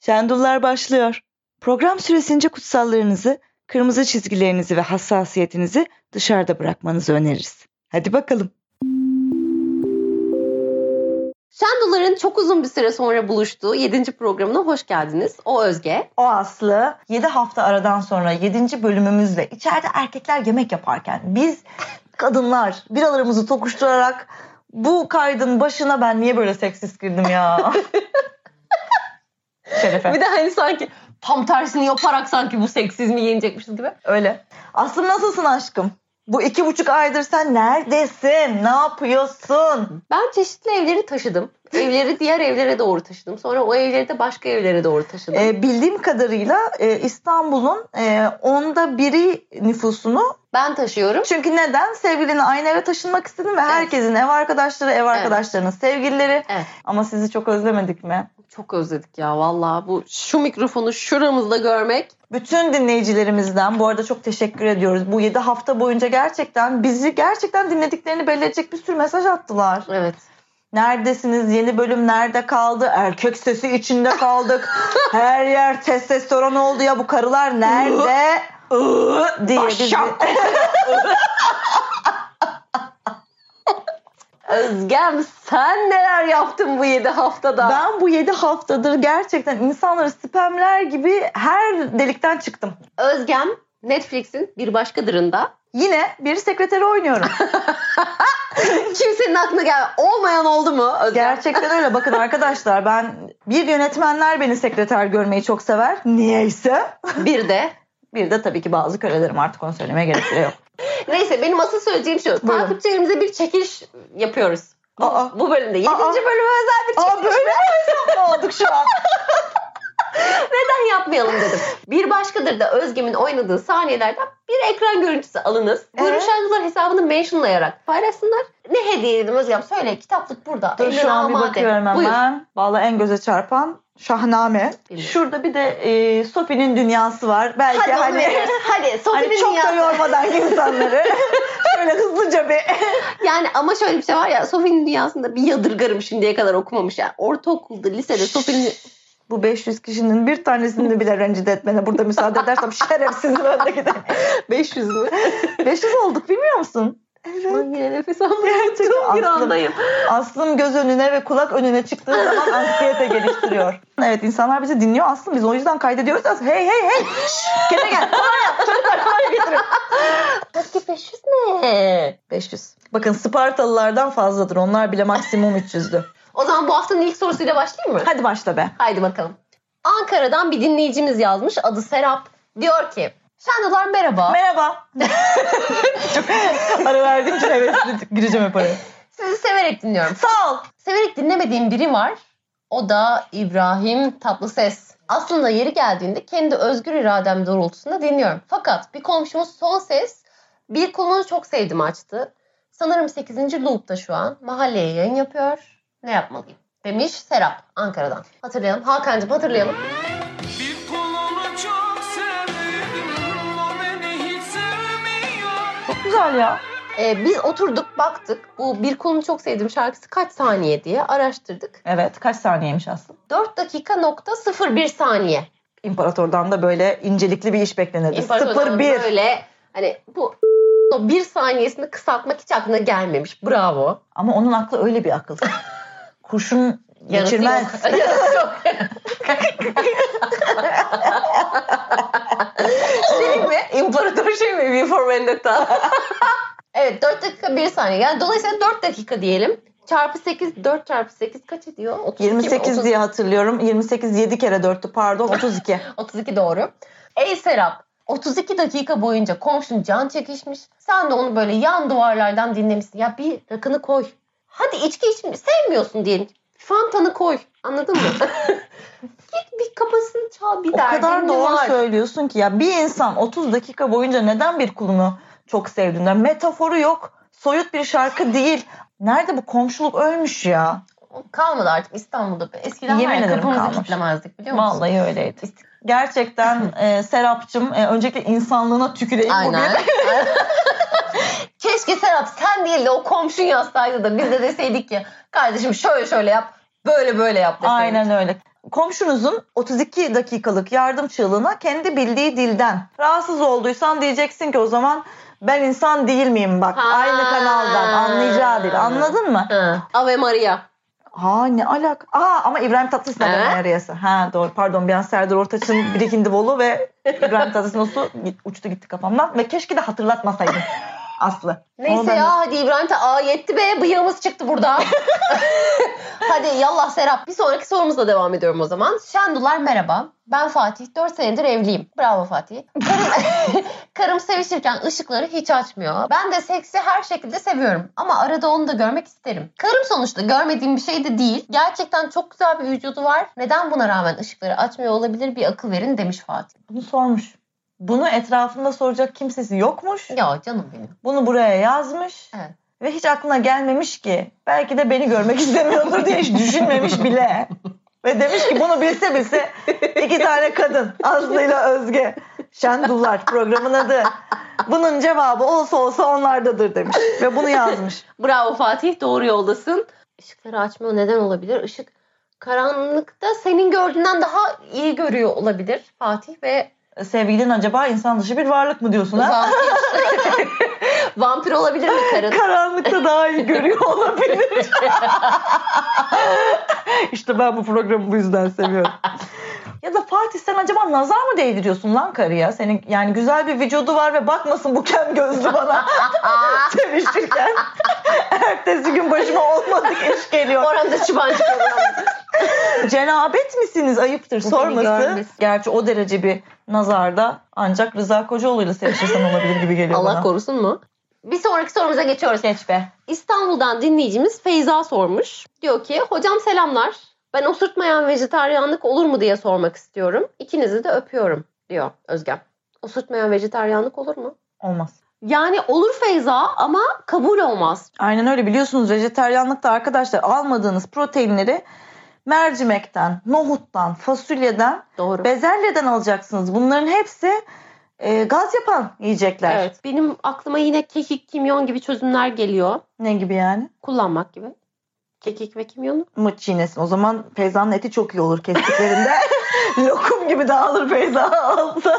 Sendullar başlıyor. Program süresince kutsallarınızı, kırmızı çizgilerinizi ve hassasiyetinizi dışarıda bırakmanızı öneririz. Hadi bakalım. Şendolar'ın çok uzun bir süre sonra buluştuğu 7. programına hoş geldiniz. O Özge. O Aslı 7 hafta aradan sonra 7. bölümümüzle içeride erkekler yemek yaparken biz kadınlar biralarımızı tokuşturarak bu kaydın başına ben niye böyle seksist girdim ya? Şerefe. Bir de hani sanki tam tersini yaparak sanki bu seksizmi yenecekmişiz gibi. Öyle. Aslım nasılsın aşkım? Bu iki buçuk aydır sen neredesin? Ne yapıyorsun? Ben çeşitli evleri taşıdım. Evleri diğer evlere doğru taşıdım. Sonra o evleri de başka evlere doğru taşıdım. Ee, bildiğim kadarıyla e, İstanbul'un e, onda biri nüfusunu ben taşıyorum. çünkü neden? Sevgilini aynı eve taşınmak istedin ve herkesin ev arkadaşları, ev arkadaşlarının sevgilileri Evet. ama sizi çok özlemedik mi? Çok özledik ya vallahi bu şu mikrofonu şuramızda görmek. Bütün dinleyicilerimizden bu arada çok teşekkür ediyoruz. Bu 7 hafta boyunca gerçekten bizi gerçekten dinlediklerini belli edecek bir sürü mesaj attılar. Evet. Neredesiniz? Yeni bölüm nerede kaldı? Erkek sesi içinde kaldık. Her yer testosteron oldu ya bu karılar nerede? diye bizi. Özgem sen neler yaptın bu 7 haftada? Ben bu 7 haftadır gerçekten insanları spamler gibi her delikten çıktım. Özgem Netflix'in bir başkadırında Yine bir sekreteri oynuyorum. kimsenin aklına gel olmayan oldu mu Özgem? Gerçekten öyle. Bakın arkadaşlar ben bir yönetmenler beni sekreter görmeyi çok sever. Niyeyse. bir de Bir de tabii ki bazı kölelerim artık onu söylemeye gerek bile yok. Neyse benim asıl söyleyeceğim şu. Buyurun. Takipçilerimize bir çekiliş yapıyoruz. Bu, Aa. bu bölümde. 7. Aa. bölüme özel bir Aa çekiliş. böyle mi hesaplı olduk şu an? Neden yapmayalım dedim. Bir başkadır da Özgem'in oynadığı sahnelerden bir ekran görüntüsü alınız. Buyurun Evet. şarkılar hesabını mentionlayarak paylaşsınlar. Ne hediye dedim Özgem? Söyle kitaplık burada. Dur Elden şu an bir amade. bakıyorum Buyur. hemen. Vallahi en göze çarpan Şahname. Bilmiyorum. Şurada bir de e, Sophie'nin dünyası var. Belki Hadi hani, hani, Hadi hani Sofi'nin çok dünyası. da yormadan insanları şöyle hızlıca bir Yani ama şöyle bir şey var ya Sofi'nin dünyasında bir yadırgarım şimdiye kadar okumamış. Yani ortaokulda, lisede Sofi'nin... bu 500 kişinin bir tanesini bile rencide etmene burada müsaade edersem şerefsizim önde giderim. 500 mü? 500 olduk bilmiyor musun? Ben yine nefes almayı Gerçekten unuttum. bir aslında- andayım. Aslım göz önüne ve kulak önüne çıktığı zaman anksiyete geliştiriyor. Evet insanlar bizi dinliyor Aslım biz o yüzden kaydediyoruz. Aslım, hey hey hey gene gel kolay yap çocuklar kolay getirin. Peki 500 ne? 500. Bakın Spartalılardan fazladır. Onlar bile maksimum 300'dü. O zaman bu haftanın ilk sorusuyla başlayayım mı? Hadi başla be. Haydi bakalım. Ankara'dan bir dinleyicimiz yazmış. Adı Serap. Diyor ki Şendolar merhaba. Merhaba. Çok ara verdiğim için hevesli gireceğim hep araya. Sizi severek dinliyorum. Sağ ol. Severek dinlemediğim biri var. O da İbrahim Tatlıses. Aslında yeri geldiğinde kendi özgür iradem doğrultusunda dinliyorum. Fakat bir komşumuz son ses bir konuyu çok sevdim açtı. Sanırım 8. loop'ta şu an. Mahalleye yayın yapıyor. Ne yapmalıyım? Demiş Serap Ankara'dan. Hatırlayalım. Hakan'cığım hatırlayalım. Bir kolunu çok sevdim O beni hiç sevmiyor Çok güzel ya. Ee, biz oturduk baktık. Bu bir konu çok sevdiğim şarkısı kaç saniye diye araştırdık. Evet kaç saniyeymiş aslında. 4 dakika nokta 01 saniye. İmparatordan da böyle incelikli bir iş beklenirdi. İmparatordan Sıfır bir. Böyle hani bu o bir saniyesini kısaltmak hiç aklına gelmemiş. Bravo. Ama onun aklı öyle bir akıl. Kurşun Yarısı geçirmez. yok. Yarısı yok. şey mi? İmparator şey mi? V for Vendetta. evet 4 dakika 1 saniye. Yani dolayısıyla 4 dakika diyelim. Çarpı 8, 4 çarpı 8 kaç ediyor? 32 mi? 28 diye hatırlıyorum. 28 7 kere 4'tü pardon 32. 32 doğru. Ey Serap 32 dakika boyunca komşun can çekişmiş. Sen de onu böyle yan duvarlardan dinlemişsin. Ya bir rakını koy. Hadi içki içmi sevmiyorsun diyelim. Fantanı koy. Anladın mı? Git bir kapısını çal bir O derdin kadar mi doğru var? söylüyorsun ki ya bir insan 30 dakika boyunca neden bir kulunu çok sevdiğinden metaforu yok. Soyut bir şarkı değil. Nerede bu komşuluk ölmüş ya? Kalmadı artık İstanbul'da. Eskiden Yemin var ya ederim kapımızı kalmış. kilitlemezdik biliyor musun? Vallahi öyleydi. Gerçekten e, Serap'cığım e, öncelikle insanlığına tüküreyim Aynen. bugün. Keşke Serap sen değil de o komşun yazsaydı da biz de deseydik ki kardeşim şöyle şöyle yap böyle böyle yap deseydik. Aynen öyle. komşunuzun 32 dakikalık yardım çığlığına kendi bildiği dilden rahatsız olduysan diyeceksin ki o zaman ben insan değil miyim bak Ha. aynı kanaldan anlayacağı dil anladın mı? Ha. Ave Maria. Ha ne alak? Aa ama İbrahim Tatlıses Evet. evet. arayası. Ha doğru pardon bir an Serdar Ortaç'ın birikindi bolu ve İbrahim Tatlıses'u uçtu gitti kafamdan ve keşke de hatırlatmasaydım Aslı. Ama Neyse ben- ya hadi İbrahim Ta- Aa yetti be bıyığımız çıktı burada. hadi yallah Serap. Bir sonraki sorumuzla devam ediyorum o zaman. Şendular merhaba. Ben Fatih. 4 senedir evliyim. Bravo Fatih. Karım, karım sevişirken ışıkları hiç açmıyor. Ben de seksi her şekilde seviyorum. Ama arada onu da görmek isterim. Karım sonuçta görmediğim bir şey de değil. Gerçekten çok güzel bir vücudu var. Neden buna rağmen ışıkları açmıyor olabilir bir akıl verin demiş Fatih. Bunu sormuş. Bunu etrafında soracak kimsesi yokmuş. Ya canım benim. Bunu buraya yazmış. Evet. Ve hiç aklına gelmemiş ki belki de beni görmek istemiyordur diye hiç düşünmemiş bile. Ve demiş ki bunu bilse bilse iki tane kadın Aslı ile Özge Şendullar programın adı. Bunun cevabı olsa olsa onlardadır demiş. Ve bunu yazmış. Bravo Fatih doğru yoldasın. Işıkları açmıyor neden olabilir? Işık karanlıkta senin gördüğünden daha iyi görüyor olabilir Fatih ve Sevgilin acaba insan dışı bir varlık mı diyorsun ha? vampir. vampir olabilir mi karın? Karanlıkta daha iyi görüyor olabilir. işte ben bu programı bu yüzden seviyorum. ya da Fatih sen acaba nazar mı değdiriyorsun lan karıya? Senin yani güzel bir vücudu var ve bakmasın bu kem gözlü bana Aa, sevişirken. Ertesi gün başıma olmadık iş geliyor. Oranın da çıbancı Cenabet misiniz? Ayıptır beni sorması. görmesin. Gerçi o derece bir nazarda ancak Rıza Kocaoğlu'yla sevişirsen olabilir gibi geliyor Allah bana. korusun mu? Bir sonraki sorumuza geçiyoruz. Geç be. İstanbul'dan dinleyicimiz Feyza sormuş. Diyor ki hocam selamlar. Ben osurtmayan vejetaryenlik olur mu diye sormak istiyorum. İkinizi de öpüyorum diyor Özgem. Osurtmayan vejetaryenlik olur mu? Olmaz. Yani olur Feyza ama kabul olmaz. Aynen öyle biliyorsunuz vejeteryanlıkta arkadaşlar almadığınız proteinleri mercimekten, nohuttan, fasulyeden, Doğru. bezelyeden alacaksınız. Bunların hepsi e, gaz yapan yiyecekler. evet. Benim aklıma yine kekik, kimyon gibi çözümler geliyor. Ne gibi yani? Kullanmak gibi. Kekik ve kimyonu. Mıç çiğnesin. O zaman Feyza'nın eti çok iyi olur kestiklerinde. Lokum gibi dağılır Feyza altta.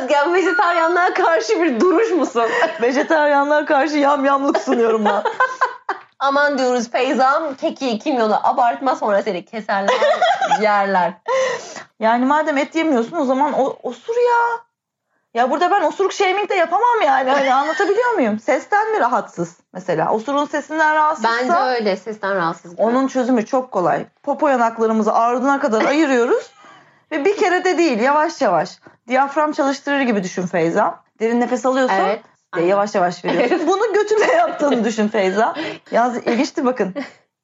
Özgem vejetaryenliğe karşı bir duruş musun? Vejeteryanlara karşı yamyamlık sunuyorum ben. Aman diyoruz Feyza'm kekiği, kimyonu abartma sonra seni keserler, yerler. Yani madem et yemiyorsun o zaman o, osur ya. Ya burada ben osuruk shaming de yapamam yani. Hani anlatabiliyor muyum? Sesten mi rahatsız mesela? Osurun sesinden rahatsızsa Bence öyle sesten rahatsız. gibi. onun çözümü çok kolay. Popo yanaklarımızı ardına kadar ayırıyoruz. Ve bir kere de değil yavaş yavaş. Diyafram çalıştırır gibi düşün Feyza. Derin nefes alıyorsun. Evet. ve yavaş yavaş veriyorsun. Bunu götünle yaptığını düşün Feyza. Yalnız ilginçti bakın.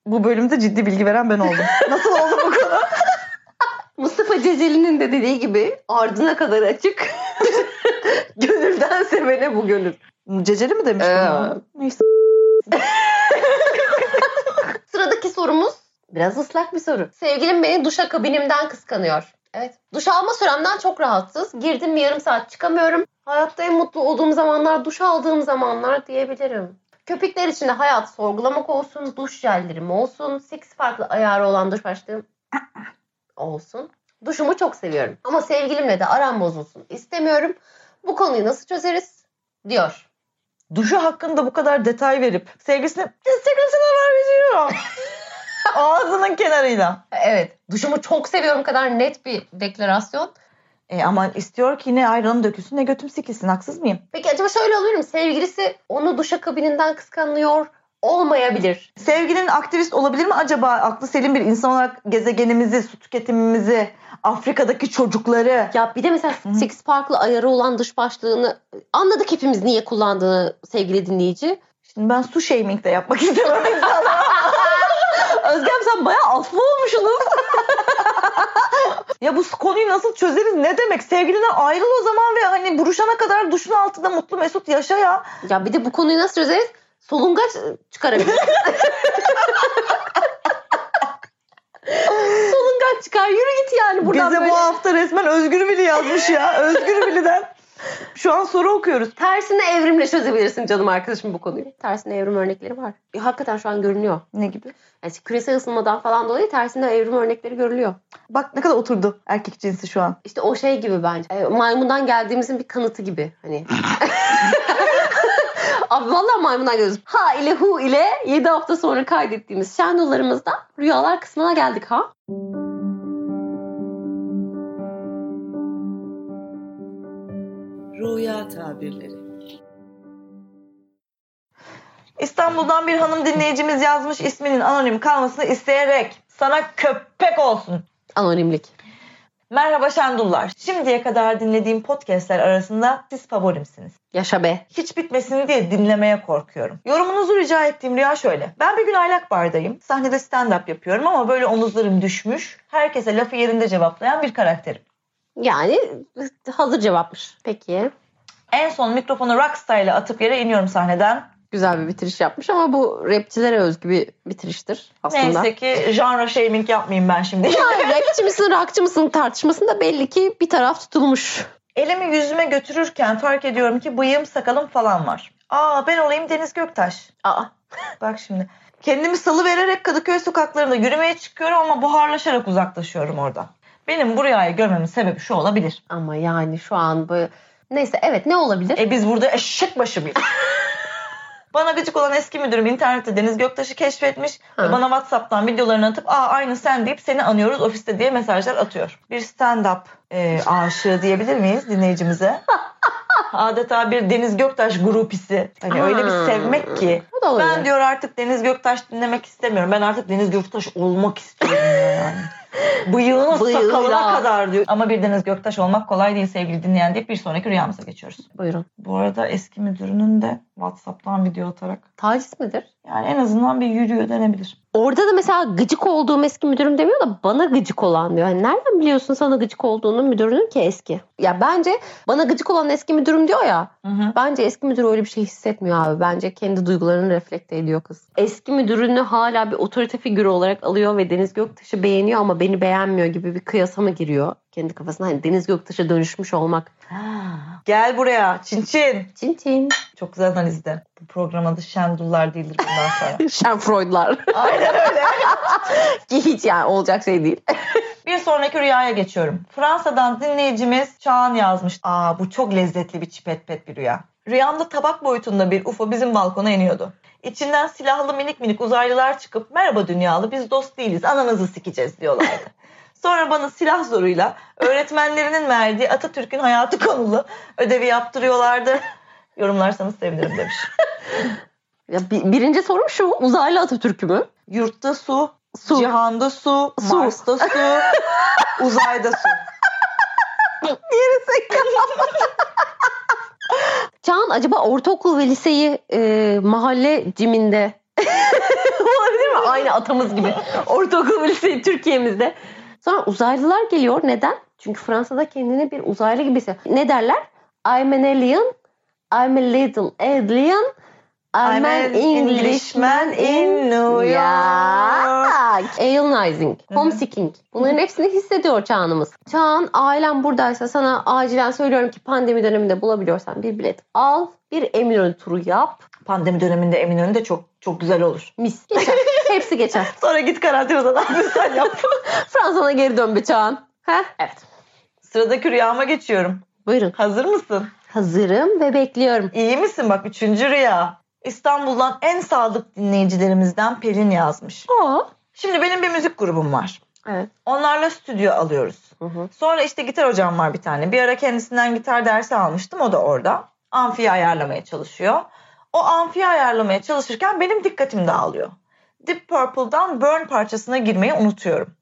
Bu bölümde ciddi bilgi veren ben oldum. Nasıl oldu bu konu? Mustafa Ceceli'nin de dediği gibi ardına kadar açık. Gönülden sevene bu gönül. Ceceli mi demiştin? Ee. ya? Neyse. Sıradaki sorumuz biraz ıslak bir soru. Sevgilim beni duşa kabinimden kıskanıyor. Evet. Duş alma süremden çok rahatsız. Girdim bir yarım saat çıkamıyorum. Hayatta en mutlu olduğum zamanlar duş aldığım zamanlar diyebilirim. Köpükler içinde hayat sorgulamak olsun, duş jellerim olsun, 8 farklı ayarı olan duş başlığım olsun. Duşumu çok seviyorum ama sevgilimle de aram bozulsun istemiyorum. Bu konuyu nasıl çözeriz? Diyor. duşu hakkında bu kadar detay verip sevgilisine sevgilim sana haber veriyor. Ağzının kenarıyla. Evet. Duşumu çok seviyorum kadar net bir deklarasyon. E ama istiyor ki ne ayranım dökülsün ne götüm sikilsin haksız mıyım? Peki acaba şöyle olabilir mi? Sevgilisi onu duşakabininden kıskanıyor olmayabilir. Sevgilin aktivist olabilir mi acaba? Aklı selim bir insan olarak gezegenimizi, su tüketimimizi, Afrika'daki çocukları. Ya bir de mesela Hı. seks farklı ayarı olan dış başlığını anladık hepimiz niye kullandığını sevgili dinleyici. Şimdi ben su shaming de yapmak istemem insanlara. Özgem sen bayağı aslı olmuşsunuz. ya bu konuyu nasıl çözeriz ne demek? Sevgilinden ayrıl o zaman ve hani buruşana kadar duşun altında mutlu mesut yaşa ya. Ya bir de bu konuyu nasıl çözeriz? Solungaç e, çıkarabiliriz. Solungaç çıkar yürü git yani buradan Bize böyle. bu hafta resmen Özgür Veli yazmış ya. Özgür Veli'den Şu an soru okuyoruz. Tersine evrimle çözebilirsin canım arkadaşım bu konuyu. Tersine evrim örnekleri var. E, hakikaten şu an görünüyor. Ne gibi? Yani küresel ısınmadan falan dolayı tersine evrim örnekleri görülüyor. Bak ne kadar oturdu erkek cinsi şu an. İşte o şey gibi bence. E, maymundan geldiğimizin bir kanıtı gibi. Hani. Abi vallahi maymundan geliyoruz. Ha ile hu ile 7 hafta sonra kaydettiğimiz şendolarımızda rüyalar kısmına geldik ha. Rüya tabirleri. İstanbul'dan bir hanım dinleyicimiz yazmış isminin anonim kalmasını isteyerek. Sana köpek olsun. Anonimlik. Merhaba Şendullar. Şimdiye kadar dinlediğim podcastler arasında siz favorimsiniz. Yaşa be. Hiç bitmesini diye dinlemeye korkuyorum. Yorumunuzu rica ettiğim rüya şöyle. Ben bir gün aylak bardayım. Sahnede stand-up yapıyorum ama böyle omuzlarım düşmüş. Herkese lafı yerinde cevaplayan bir karakterim. Yani hazır cevapmış. Peki. En son mikrofonu rockstar ile atıp yere iniyorum sahneden. Güzel bir bitiriş yapmış ama bu rapçilere özgü bir bitiriştir aslında. Neyse ki genre shaming yapmayayım ben şimdi. Yani rapçi misin, rockçı mısın tartışmasında belli ki bir taraf tutulmuş. Elimi yüzüme götürürken fark ediyorum ki bıyığım sakalım falan var. Aa ben olayım Deniz Göktaş. Aa, Bak şimdi. Kendimi salı vererek Kadıköy sokaklarında yürümeye çıkıyorum ama buharlaşarak uzaklaşıyorum oradan. Benim bu rüyayı görmemin sebebi şu olabilir. ama yani şu an bu... Neyse evet ne olabilir? E biz burada eşek başı mıyız? bana gıcık olan eski müdürüm internette Deniz Göktaş'ı keşfetmiş ve Ha. bana WhatsApp'tan videolarını atıp aa aynı sen deyip seni anıyoruz ofiste diye mesajlar atıyor. Bir stand-up e, aşığı diyebilir miyiz dinleyicimize? Adeta bir Deniz Göktaş grupisi. Hani öyle bir Aa. sevmek ki. Bu da olabilir. Ben diyor artık Deniz Göktaş dinlemek istemiyorum. Ben artık Deniz Göktaş olmak istiyorum diyor yani. Bıyığına Bıyığıyla. sakalına kadar diyor. Ama bir Deniz Göktaş olmak kolay değil sevgili dinleyen deyip bir sonraki rüyamıza geçiyoruz. Buyurun. Bu arada eski müdürünün de WhatsApp'tan video atarak Taciz midir? yani en azından bir yürüyor denebilir. Orada da mesela gıcık olduğum eski müdürüm demiyor da bana gıcık olan diyor. Yani nereden biliyorsun sana gıcık olduğunu müdürünün ki eski? Ya bence bana gıcık olan eski müdürüm diyor ya. Bence eski müdür öyle bir şey hissetmiyor abi. Bence kendi duygularını reflekte ediyor kız. Eski müdürünü hala bir otorite figürü olarak alıyor ve Deniz Göktaş'ı beğeniyor ama beni beğenmiyor gibi bir kıyasa mı giriyor? Kendi kafasına hani Deniz Göktaş'a dönüşmüş olmak. Gel buraya Çin Çin. Çin çin. Çok güzel analizdi. Bu programın adı Şendullar değildir bundan sonra. Schadenfreude'lar. Aynen öyle. Ki Hiç yani olacak şey değil. Bir sonraki rüyaya geçiyorum. Fransa'dan dinleyicimiz Çağan yazmış. Aa bu çok lezzetli bir çipet pet bir rüya. Rüyamda tabak boyutunda bir UFO bizim balkona iniyordu. İçinden silahlı minik minik uzaylılar çıkıp merhaba dünyalı biz dost değiliz ananızı sikeceğiz diyorlardı. Sonra bana silah zoruyla öğretmenlerinin verdiği Atatürk'ün hayatı konulu ödevi yaptırıyorlardı. Yorumlarsanız sevinirim demiş. Ya bi- birinci sorum şu uzaylı Atatürk'ü mü? Yurtta su, Su. cihanda su, Su. Mars'ta su, uzayda su. Can acaba ortaokul ve liseyi e, mahalle ciminde olabilir mi? Aynı atamız gibi. Ortaokul ve liseyi Türkiye'mizde. Sonra uzaylılar geliyor. Neden? Çünkü Fransa'da kendini bir uzaylı gibi hissediyor. Ne derler? I'm an alien, I'm a little alien, I'm, an Englishman in New York. ya. Alienizing, Hı hı. homesicking. Bunların hepsini hissediyor çağınımız. Çağın ailen buradaysa sana acilen söylüyorum ki pandemi döneminde bulabiliyorsan bir bilet al. Bir Eminönü turu yap. Pandemi döneminde Eminönü de çok çok güzel olur. Mis. Geçer. Hepsi geçer. Sonra git karantinadan sen yap. Fransa'na geri dön be Çağan. Heh? Evet. Sıradaki rüyama geçiyorum. Buyurun. Hazır mısın? Hazırım ve bekliyorum. İyi misin? Bak üçüncü rüya. İstanbul'dan en sadık dinleyicilerimizden Pelin yazmış. Aa. Şimdi benim bir müzik grubum var. Evet. Onlarla stüdyo alıyoruz. Hı hı. Sonra işte gitar hocam var bir tane. Bir ara kendisinden gitar dersi almıştım. O da orada. Amfiyi ayarlamaya çalışıyor. O amfiyi ayarlamaya çalışırken benim dikkatim dağılıyor. Deep Purple'dan Burn parçasına girmeyi unutuyorum.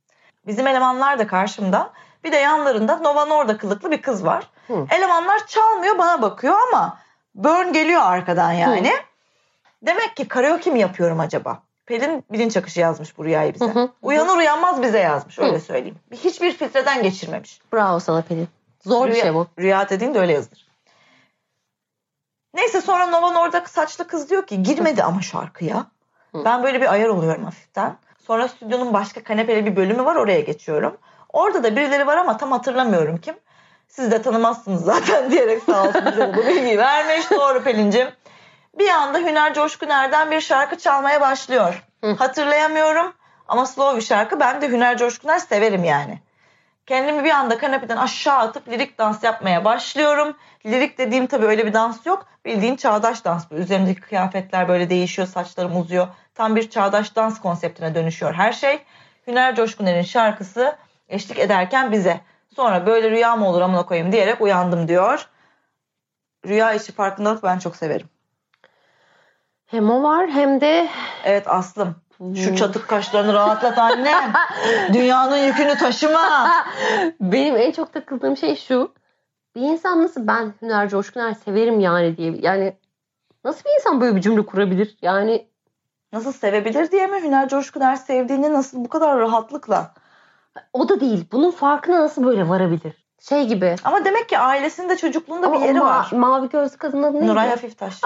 Bizim elemanlar da karşımda. Bir de yanlarında Nova Norda kılıklı bir kız var. Hı. Elemanlar çalmıyor bana bakıyor ama Burn geliyor arkadan yani. Demek ki karaoke mi yapıyorum acaba? Pelin bilinç akışı yazmış bu rüyayı bize. Hı hı. Uyanır uyanmaz bize yazmış öyle Hı. söyleyeyim. Hiçbir filtreden geçirmemiş. Bravo sana Pelin. Zor bir Rüya- şey bu. Rüya dediğin de öyle yazılır. Neyse sonra Novan orada saçlı kız diyor ki girmedi ama şarkıya. Hı. Ben böyle bir ayar oluyorum hafiften. Sonra stüdyonun başka kanepeli bir bölümü var oraya geçiyorum. Orada da birileri var ama tam hatırlamıyorum kim. Siz de tanımazsınız zaten diyerek sağ olsun bize de bu bilgiyi vermiş. Doğru Pelin'cim. Bir anda Hüner Coşkun Erdem bir şarkı çalmaya başlıyor. Hı. Hatırlayamıyorum ama slow bir şarkı. Ben de Hüner Coşkuner severim yani. Kendimi bir anda kanepeden aşağı atıp lirik dans yapmaya başlıyorum. Lirik dediğim tabii öyle bir dans yok. Bildiğin çağdaş dans. bu. Üzerimdeki kıyafetler böyle değişiyor, saçlarım uzuyor. Tam bir çağdaş dans konseptine dönüşüyor her şey. Hüner Coşkuner'in şarkısı eşlik ederken bize. Sonra böyle rüya mı olur amına koyayım diyerek uyandım diyor. Rüya içi farkındalık ben çok severim. Hem o var hem de Evet Aslım. Hmm. Şu çatık kaşlarını rahatlat annem. Dünyanın yükünü taşıma. Benim en çok takıldığım şey şu. Bir insan nasıl ben Hüner Coşkuner severim yani diye. Yani nasıl bir insan böyle bir cümle kurabilir? Yani Nasıl sevebilir diye mi Hüner Coşkuner sevdiğini nasıl bu kadar rahatlıkla? o da değil. Bunun farkına nasıl böyle varabilir? Şey gibi. Ama demek ki ailesinde çocukluğunda Ama bir o yeri ma- var. Mavi gözlü kadının adı neydi? Nuray Hafiftaş.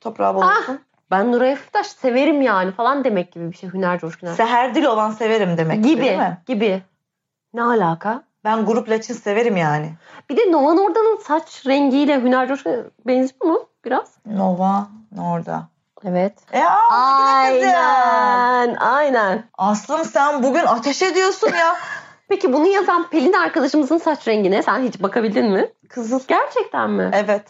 Toprağı bol Ah! olsun. Ben Nuray Hafiftaş severim yani falan demek gibi bir şey Hüner Coşkuner. Seher dil olan severim demek ki, değil gibi mi? gibi. Ne alaka? Ben grup laçın severim yani. Bir de Novan Orda'nın saç rengiyle Hüner Coşkuner benziyor mu biraz? Nova orada. Evet. E aa, ne güzel. Aynen, aynen. Aslım sen bugün ateş ediyorsun ya. Peki bunu yazan Pelin arkadaşımızın saç rengine sen hiç bakabildin mi? Kızıl. Gerçekten mi? Evet.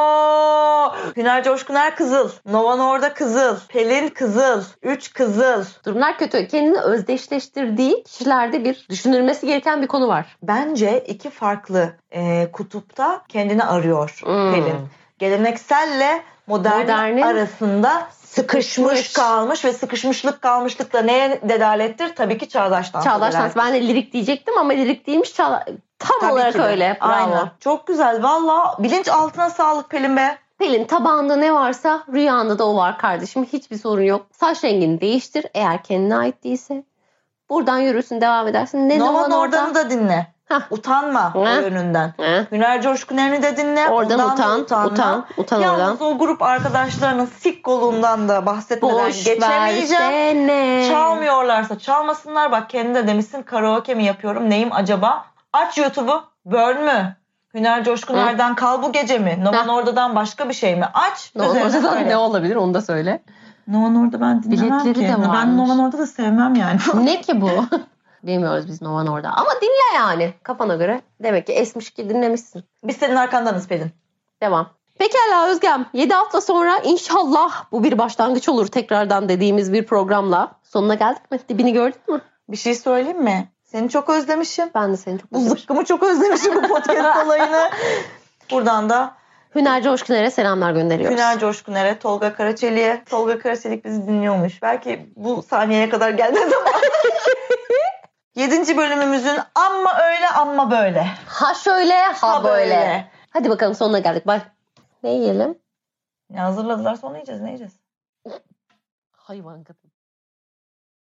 Oo! Hüner Coşkuner kızıl. Novan orada kızıl. Pelin kızıl. Üç kızıl. Durumlar kötü. Kendini özdeşleştirdiği kişilerde bir düşünülmesi gereken bir konu var. Bence iki farklı e, kutupta kendini arıyor Hmm. Pelin. Gelenekselle modern Modernin arasında sıkışmış sıkışmış. kalmış ve sıkışmışlık kalmışlıkla neye dedalettir? Tabii ki çağdaş dans. Çağdaş dans. Ben de lirik diyecektim ama lirik değilmiş. Çağla... Tam olarak öyle. Bravo. Aynen. Çok güzel. Valla bilinç altına sağlık Pelin be. Pelin tabağında ne varsa rüyanda da o var kardeşim. Hiçbir sorun yok. Saç rengini değiştir eğer kendine ait değilse. Buradan yürürsün devam edersin. Ne Novan zaman oradan oradan da dinle. Hah. Utanma o Heh. yönünden. He? Hüner Coşkuner'ini de dinle. ondan Oradan da utan, utanma. utan, utan, oradan. Yalnız o grup arkadaşlarının sik kolundan da bahsetmeden Boş geçemeyeceğim. Ee, versene. Çalmıyorlarsa çalmasınlar. Bak kendi de demişsin karaoke mi yapıyorum neyim acaba? Aç YouTube'u. Burn mü? Hüner Coşkuner'den kal bu gece mi? Novan Heh. Orda'dan başka bir şey mi? Aç. Ne olur, üzerine oradan söyle. ne olabilir onu da söyle. Novan Orda ben dinlemem Biletleri ki. de ben varmış. Novan Orda da sevmem yani. ne ki bu? Bilmiyoruz biz Novan orada. Ama dinle yani kafana göre. Demek ki esmiş ki dinlemişsin. Biz senin arkandanız Pelin. Devam. Pekala Özgem. 7 hafta sonra inşallah bu bir başlangıç olur tekrardan dediğimiz bir programla. Sonuna geldik mi? Dibini gördün mü? Bir şey söyleyeyim mi? Seni çok özlemişim. Ben de seni çok Bu özledim. zıkkımı çok özlemişim bu podcast olayını. Buradan da Hüner Coşkuner'e selamlar gönderiyoruz. Güner Coşkuner'e, Tolga Karaçeli'ye. Tolga Karaçelik bizi dinliyormuş. Belki bu saniyeye kadar gelmez ama. Yedinci bölümümüzün amma öyle amma böyle. Ha şöyle ha, böyle. Hadi bakalım sonuna geldik. Bay. Ne yiyelim? Ne hazırladılar sonra yiyeceğiz ne yiyeceğiz? Hayvan kadın.